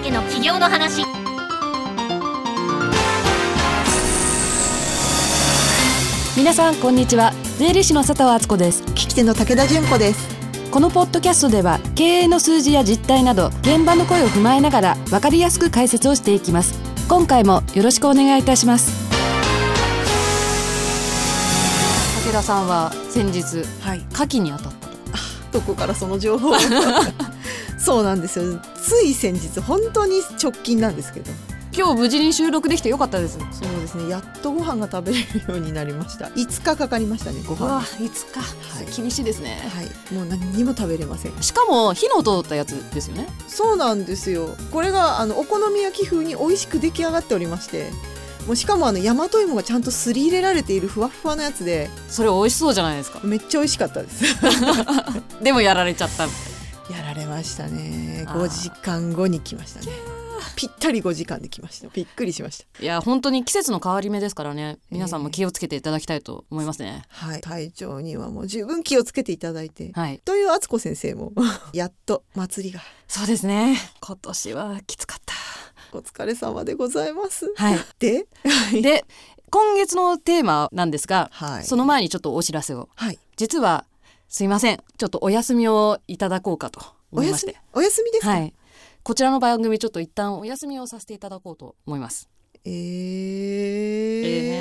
の話皆さんこんにちは税理士の佐藤敦子です聞き手の武田純子ですこのポッドキャストでは経営の数字や実態など現場の声を踏まえながら分かりやすく解説をしていきます今回もよろしくお願いいたします武田さんは先日はい牡蠣に当たったどこからその情 報をそうなんですよつい先日本当に直近なんですけど今日無事に収録できてよかったですそうですねやっとご飯が食べれるようになりました5日かかりましたねごう飯わはいつか、い厳しいですねいもう何にも食べれませんしかも火の通ったやつですよねそうなんですよこれがあのお好み焼き風に美味しく出来上がっておりましてもうしかもあの大和芋がちゃんとすり入れられているふわっふわのやつでそれ美味しそうじゃないですかめっちゃ美味しかったですでもやられちゃったやられましたねあー5時間後に来ましたねぴったり5時間で来ましたびっくりしましたいや本当に季節の変わり目ですからね皆さんも気をつけていただきたいと思いますね、はい、体調にはもう十分気をつけていただいて。はいという敦子先生も やっと祭りがそうですね今年はきつかったお疲れ様でございます。はいで、 で今月のテーマなんですが、はい、その前にちょっとお知らせをはい、実はすいませんちょっとお休みをいただこうかと思おいまし休みてお休みですか。はいこちらの番組ちょっと一旦お休みをさせていただこうと思いますえー、え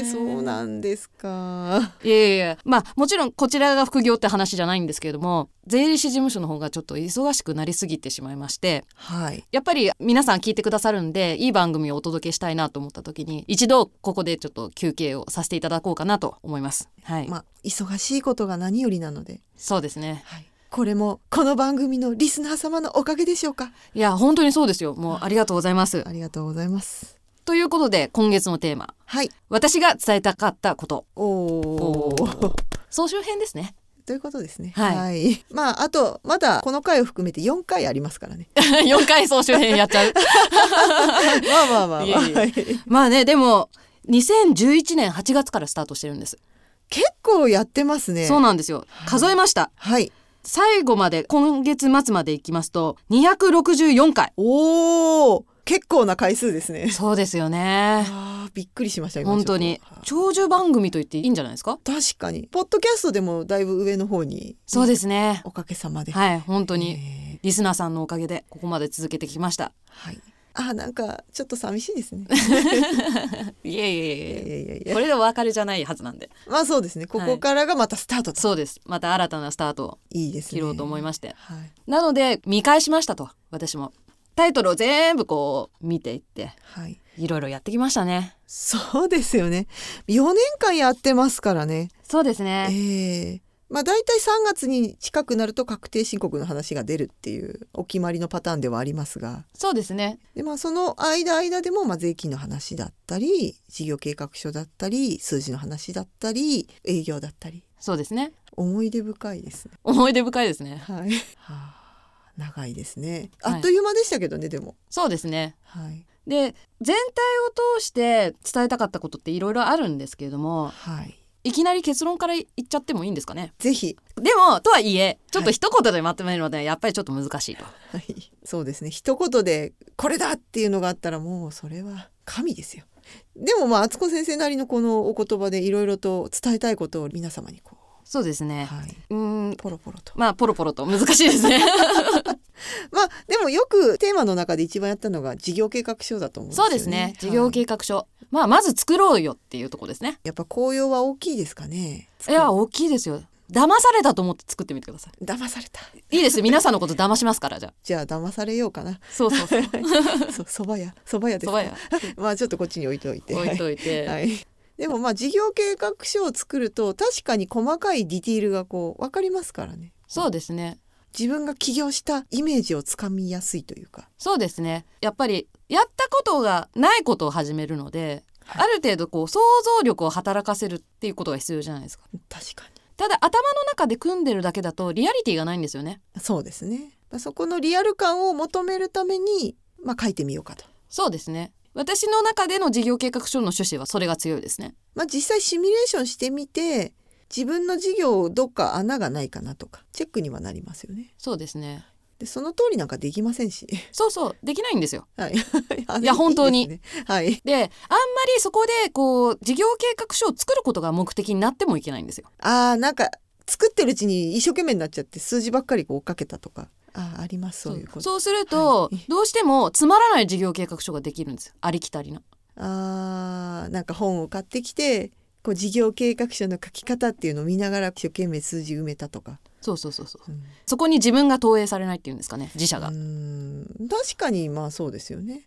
ーそうなんですか。いやいやいやまあもちろんこちらが副業って話じゃないんですけれども税理士事務所の方がちょっと忙しくなりすぎてしまいましてはい、やっぱり皆さん聞いてくださるんでいい番組をお届けしたいなと思った時に一度ここでちょっと休憩をさせていただこうかなと思いますはい、まあ忙しいことが何よりなので、そうですねはい、これもこの番組のリスナー様のおかげでしょうか。いや本当にそうですよもうありがとうございますありがとうございます。ということで今月のテーマはい、私が伝えたかったことおおおー総集編ですね ということですね。はいいまああとまだこの回を含めて4回ありま すからね。 4回総集編やっちゃうまあまあまあ、まあ、い えいえ まあねでも2011年8月からスタートしてるんです、結構やってますねそうなんですよ数えましたはい最後まで今月末までいきますと264回 おお結構な回数ですねそうですよねあーびっくりしました今本当にちょっと長寿番組と言っていいんじゃないですか確かにポッドキャストでもだいぶ上の方にそうですねおかげさまでいはい本当ににリスナーさんのおかげでここまで続けてきましたはいあーなんかちょっと寂し いですねいえいえいいやいやいやいえやこれでお別れじゃないはずなんでまあそうですねここからがまたスタートと、そうですまた新たなスタートをい、いです切ねろうと思いましてはいなので見返しましたと私もタイトルを全部こう見ていってはいいろいろやってきましたねそうですよね4年間やってますからねそうですねええまあ大体3月に近くなると確定申告の話が出るっていうお決まりのパターンではありますがそうですねで、まあ、その間間でもまあ税金の話だったり事業計画書だったり数字の話だったり営業だったりそうですね思い出深いですね。思い出深いですねはい、はあ長いですねはいあっという間でしたけどね、でも。そうですねはい、で全体を通して伝えたかったことっていろいろあるんですけれどもはい、いきなり結論から言っちゃってもいいんですかねぜひ、でもとはいえちょっと一言でまとめるので、やっぱりちょっと難しいとはい、そうですね一言で「これだ!」っていうのがあったらもうそれは神ですよ。でもまあ敦子先生なりのこのお言葉でいろいろと伝えたいことを皆様にこ そうですう、ね、はい、うーんポロポロと。まあポロポロと難しいですねまあでもよくテーマの中で一番やったのが事業計画書だと思うんですよ そね。うですね事はい業計画書、まあまず作ろうよっていうとこですねやっぱ紅葉は大きいですかね。いや大きいですよ騙されたと思って作ってみてくださ騙された。いいいです皆さんのこと騙しますからじゃあじゃあ騙されよ うかな。そうそうそうそそば屋そば屋ですそか。ばやまあちょっとこっちに置いといて。置いといて、はい。でもまあ事業計画書を作ると確かに細かいディティールがこう分かりますからね。そうですね自分が起業したイメージをつかみやすいというか。そうですねやっぱりやったことがないことを始めるので、はいある程度こう想像力を働かせるっていうことが必要じゃないですか確かに。ただ頭の中で組んでるだけだとリアリティがないんですよねそうですね。まあそこのリアル感を求めるためにまあ書いてみようかと。そうですね私の中での事業計画書の趣旨はそれが強いですねまあ実際シミュレーションしてみて自分の事業どっか穴がないかなとかチェックにはなりますよね。そうですねでその通りなんかできませんし そうそうできないんですよ。はい いや本当にですねはいであんまりそこでこう事業計画書を作ることが目的になってもいけないんですよ。あーなんか作ってるうちに一生懸命になっちゃって数字ばっかりこう追っかけたとかあーありますそういうことそうすると、はいどうしてもつまらない事業計画書ができるんですよありきたりな。あーなんか本を買ってきてこう事業計画書の書き方っていうのを見ながら一生懸命数字埋めたとか、そうそうそうそう。うんそこに自分が投影されないっていうんですかね自社が。うーん確かにまあそうですよね。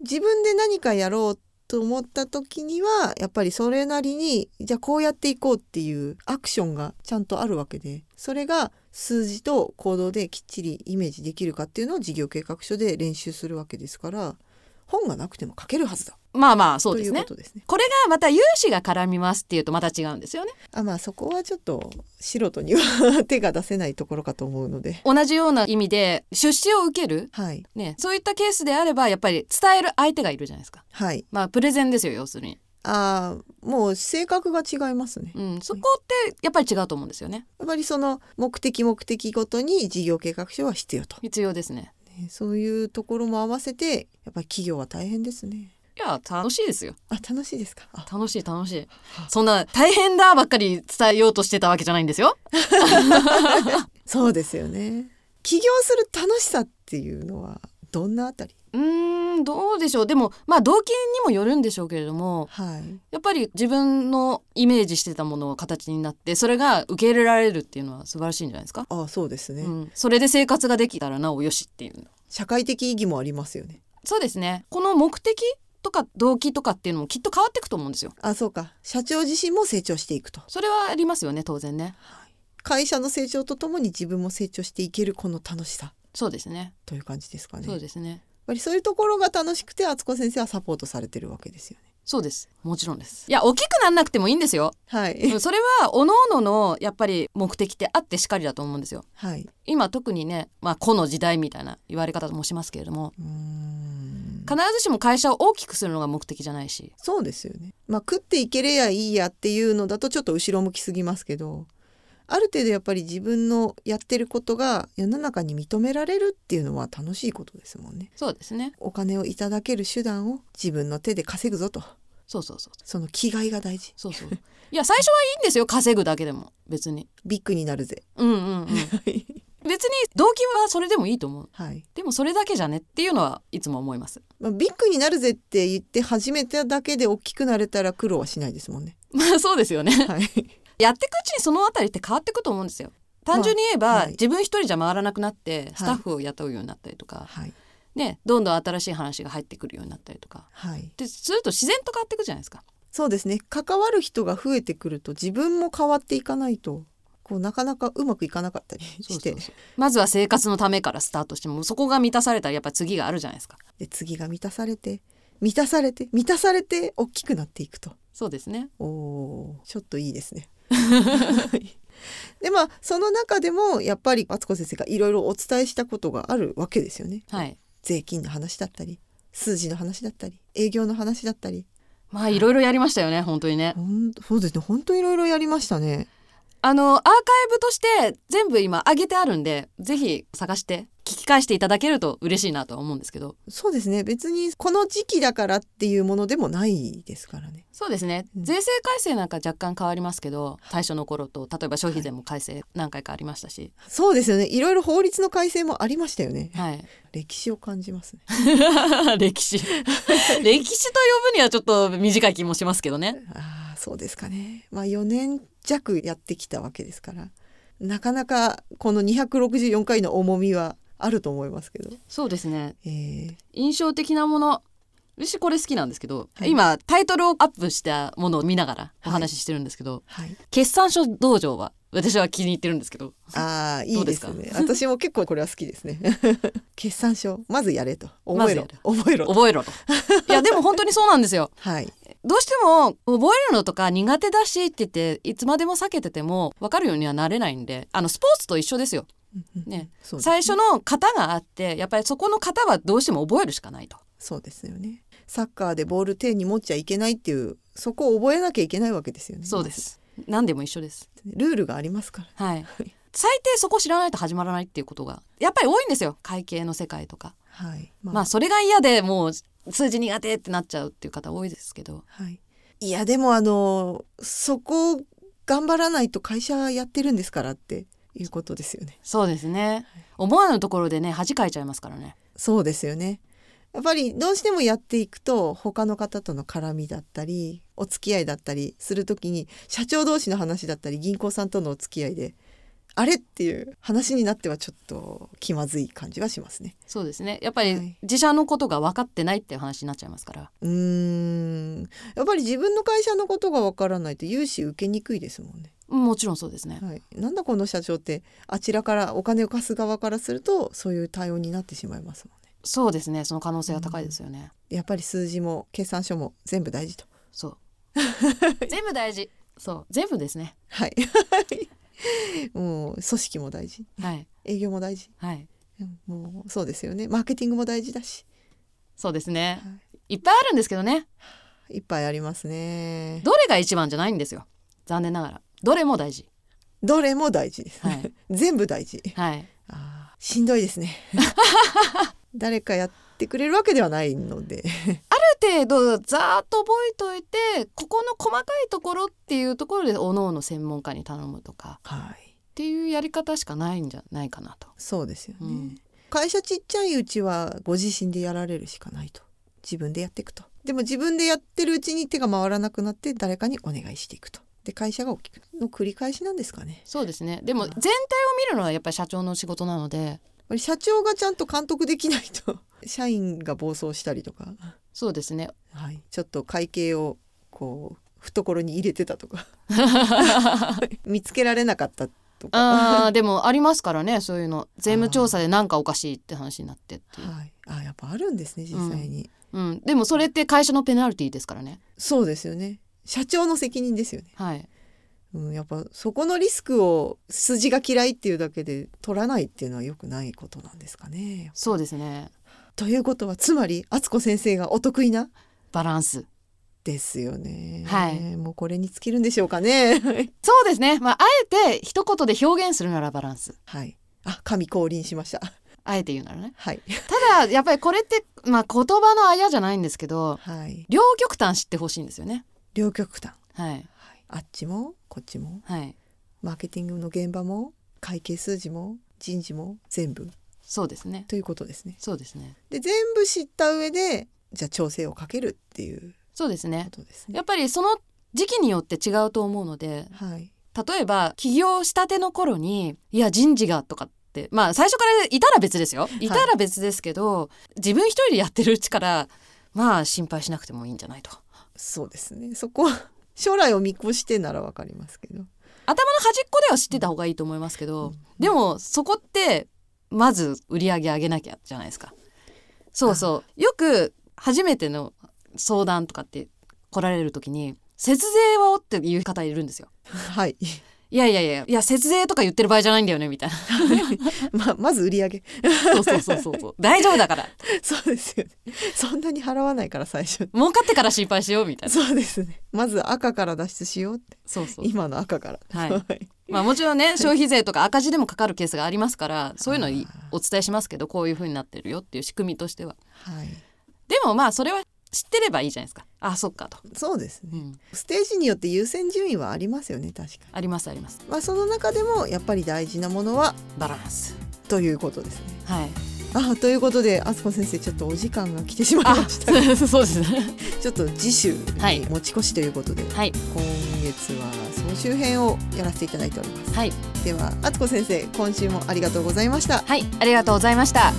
自分で何かやろうと思った時にはやっぱりそれなりにじゃあこうやっていこうっていうアクションがちゃんとあるわけでそれが数字と行動できっちりイメージできるかっていうのを事業計画書で練習するわけですから本がなくても書けるはずだまあまあそうとでいすうこね。とですね。これがまた融資が絡みますっていうとまた違うんですよね。あまあそこはちょっと素人には手が出せないところかと思うので。同じような意味で出資を受ける、はいね、そういったケースであればやっぱり伝える相手がいるじゃないですか。はいまあプレゼンですよ要するに。あーもう性格が違いますね。うん、そこってやっぱり違うと思うんですよね。やっぱりその目的目的ごとに事業計画書は必要と、必要ですね。ねそういうところも合わせてやっぱり企業は大変ですねいや楽しいですよ。あ楽しいですかあ楽しい楽しい。そんな大変だばっかり伝えようとしてたわけじゃないんですよ。そうですよね起業する楽しさっていうのはどんなあたりうーんどうでしょうでもまあ動機にもよるんでしょうけれどもはいやっぱり自分のイメージしてたものが形になってそれが受け入れられるっていうのは素晴らしいんじゃないですか、あそうですね、うん、それで生活ができたらなおよしっていう社会的意義もありますよねそうですねこの目的とか動機とかっていうのもきっと変わっていくと思うんですよあそうか社長自身も成長していくとそれはありますよね当然ね会社の成長とともに自分も成長していけるこの楽しさそうですねという感じですかねそうやっですねぱりそういうところが楽しくて敦子先生はサポートされてるわけですよねそうですもちろんですいや大きくなんなくてもいいんですよはい、うんそれは各々のやっぱり目的ってあってしかりだと思うんですよはい今特にねまあ個の時代みたいな言われ方もしますけれどもうーん必ずしも会社を大きくするのが目的じゃないしそうですよね。まあ食っていけれやいいやっていうのだとちょっと後ろ向きすぎますけどある程度やっぱり自分のやってることが世の中に認められるっていうのは楽しいことですもんね。そうですねお金をいただける手段を自分の手で稼ぐぞとそうそうそうその気概が大事そう そういや最初はいいんですよ稼ぐだけでも別にビッグになるぜ。 うんうんうん別に動機はそれでもいいと思うはいでもそれだけじゃねっていうのはいつも思います まあ、ビッグになるぜって言って始めただけで大きくなれたら苦労はしないですもんね。まあそうですよね はい、やっていくうちにそのあたりって変わってくと思うんですよ単純に言えば、はい自分一人じゃ回らなくなってスタッフを雇うようになったりとか、はいねどんどん新しい話が入ってくるようになったりとかはいですると自然と変わっていくじゃないですかそうですね関わる人が増えてくると自分も変わっていかないとこうなかなかうまくいかなかったりしてそうそうそうまずは生活のためからスタートしてもそこが満たされたらやっぱ次があるじゃないですかで次が満たされて満たされて満たされて大きくなっていくとそうですねおーちょっといいですね。でまあその中でもやっぱり敦子先生がいろいろお伝えしたことがあるわけですよね。はい税金の話だったり数字の話だったり営業の話だったりまあいろいろやりましたよね本当にねほんそうですね本当いろいろやりましたね。あのアーカイブとして全部今上げてあるんでぜひ探して聞き返していただけると嬉しいなとは思うんですけどそうですね別にこの時期だからっていうものでもないですからね。そうですね、うん税制改正なんか若干変わりますけど最初の頃と例えば消費税も改正何回かありましたし、そうですよねいろいろ法律の改正もありましたよね。はい、歴史を感 じますね。歴史 歴史と呼ぶにはちょっと短い気もしますけどねああそうですかね。まあ4年弱やってきたわけですからなかなかこの264回の重みはあると思いますけど。そうですねえー印象的なもの私これ好きなんですけど、はい今タイトルをアップしたものを見ながらお話ししてるんですけど、はい、決算書道場は私は気に入ってるんですけどああいどいうでですすか ね私も結構これは好きですね決算書まずやれとま覚ずえやろる覚えろ覚えろと いやでも本当にそうなんですよはいどうしても覚えるのとか苦手だしって言っていつまでも避けてても分かるようにはなれないんであのスポーツと一緒ですようんうんねそうです最初の型があってやっぱりそこの型はどうしても覚えるしかないとそうですよねサッカーでボール手に持っちゃいけないっていうそこを覚えなきゃいけないわけですよねそうです何でも一緒ですルールがありますから はい最低そこ知らないと始まらないっていうことがやっぱり多いんですよ会計の世界とか、はい。ままあそれが嫌でもう数字苦手ってなっちゃうっていう方多いですけどはい。いや、でもあの、そこ頑張らないと会社やってるんですからっていうことですよね。そうですね思わぬところでね恥かいちゃいますからねそうですよね。やっぱりどうしてもやっていくと他の方との絡みだったりお付き合いだったりするときに社長同士の話だったり銀行さんとのお付き合いであれっていう話になってはちょっと気まずい感じはしますね。そうですねやっぱはりい自社のことが分かってないっていう話になっちゃいますからうーんやっぱり自分の会社のことがわからないと融資受けにくいですもんね。もちろんそうですねはい、なんだこの社長ってあちらからお金を貸す側からするとそういう対応になってしまいますもんね。そうですねその可能性が高いですよね、やっぱり数字も計算書も全部大事と。そう 全部大事そう全部ですねはい。 もう組織も大事、はい営業も大事、はいうんもうそうですよね。マーケティングも大事だし、そうですねはいっぱいあるんですけどねいっぱいありますね。どれが一番じゃないんですよ残念ながらどれも大事どれも大事です、はい 全部大事。はいあーしんど いですね。誰かやってくれるわけではないので、ある程度ざーっと覚えといてここの細かいところっていうところでおのおの専門家に頼むとかはい、っていうやり方しかないんじゃないかなと、そうですよね。うん会社ちっちゃいうちはご自身でやられるしかないと自分でやっていくとでも自分でやってるうちに手が回らなくなって誰かにお願いしていくとで会社が大きくの繰り返しなんですかねそうですねでもうん全体を見るのはやっぱり社長の仕事なのでやっぱり社長がちゃんと監督できないと 社員が暴走したりとか、そうですねはい、ちょっと会計をこう懐に入れてたと か見つけられなかったとか、あ ーでもありますからねそういうの税務調査でなんかおかしいって話になってっていう、はい、あやっぱあるんですね実際に、うん、でもそれって会社のペナルティーですからねそうですよね社長の責任ですよねはいうん、やっぱそこのリスクを筋が嫌いっていうだけで取らないっていうのは良くないことなんですかね。そうですねということはつまり敦子先生がお得意なバランスですよね。はいもうこれに尽きるんでしょうかね。そうですねまああえて一言で表現するならバランスはい。あ神降臨しました。 あえて言うならねはい。ただやっぱりこれってまあ言葉のあやじゃないんですけどはい。両極端知ってほしいんですよね両極端。はいはい、あっちもこっちもはいマーケティングの現場も会計数字も人事も全部そうですねということですね。そうですねで全部知った上でじゃあ調整をかけるっていうそうですねことですね。やっぱりその時期によって違うと思うのではい。例えば起業したての頃にいや人事がとかってまあ最初からいたら別ですよいたら別ですけど、自分一人でやってるうちからまあ心配しなくてもいいんじゃないとそうですねそこは 将来を見越してならわかりますけど 頭の端っこでは知ってた方がいいと思いますけど、うんでもそこってまず売り上げ上げなきゃじゃないですかそうそうよく初めての相談とかって来られる時に節税はっていう方いるんですよはい いやいやいやいや節税とか言ってる場合じゃないんだよねみたいなままず売り上げ そうそうそうそうそう 大丈夫だからそうですよねそんなに払わないから 最初儲かってから心配しようみたいなそうですねまず赤から脱出しようってそうそう今の赤から はいまあもちろんね消費税とか赤字でもかかるケースがありますからそういうのいあーお伝えしますけどこういう風になってるよっていう仕組みとしてははいでもまあそれは知ってればいいじゃないですかあそっかと、そうですねうん、ステージによって優先順位はありますよね確かにありますありますまあその中でもやっぱり大事なものはバランスということですね はいあということで敦子先生ちょっとお時間が来てしまいあましたそうそうですねちょっと次週はいに持ち越しということで、はい今月は総集編をやらせていただいておりますはいでは敦子先生今週もありがとうございましたはいありがとうございました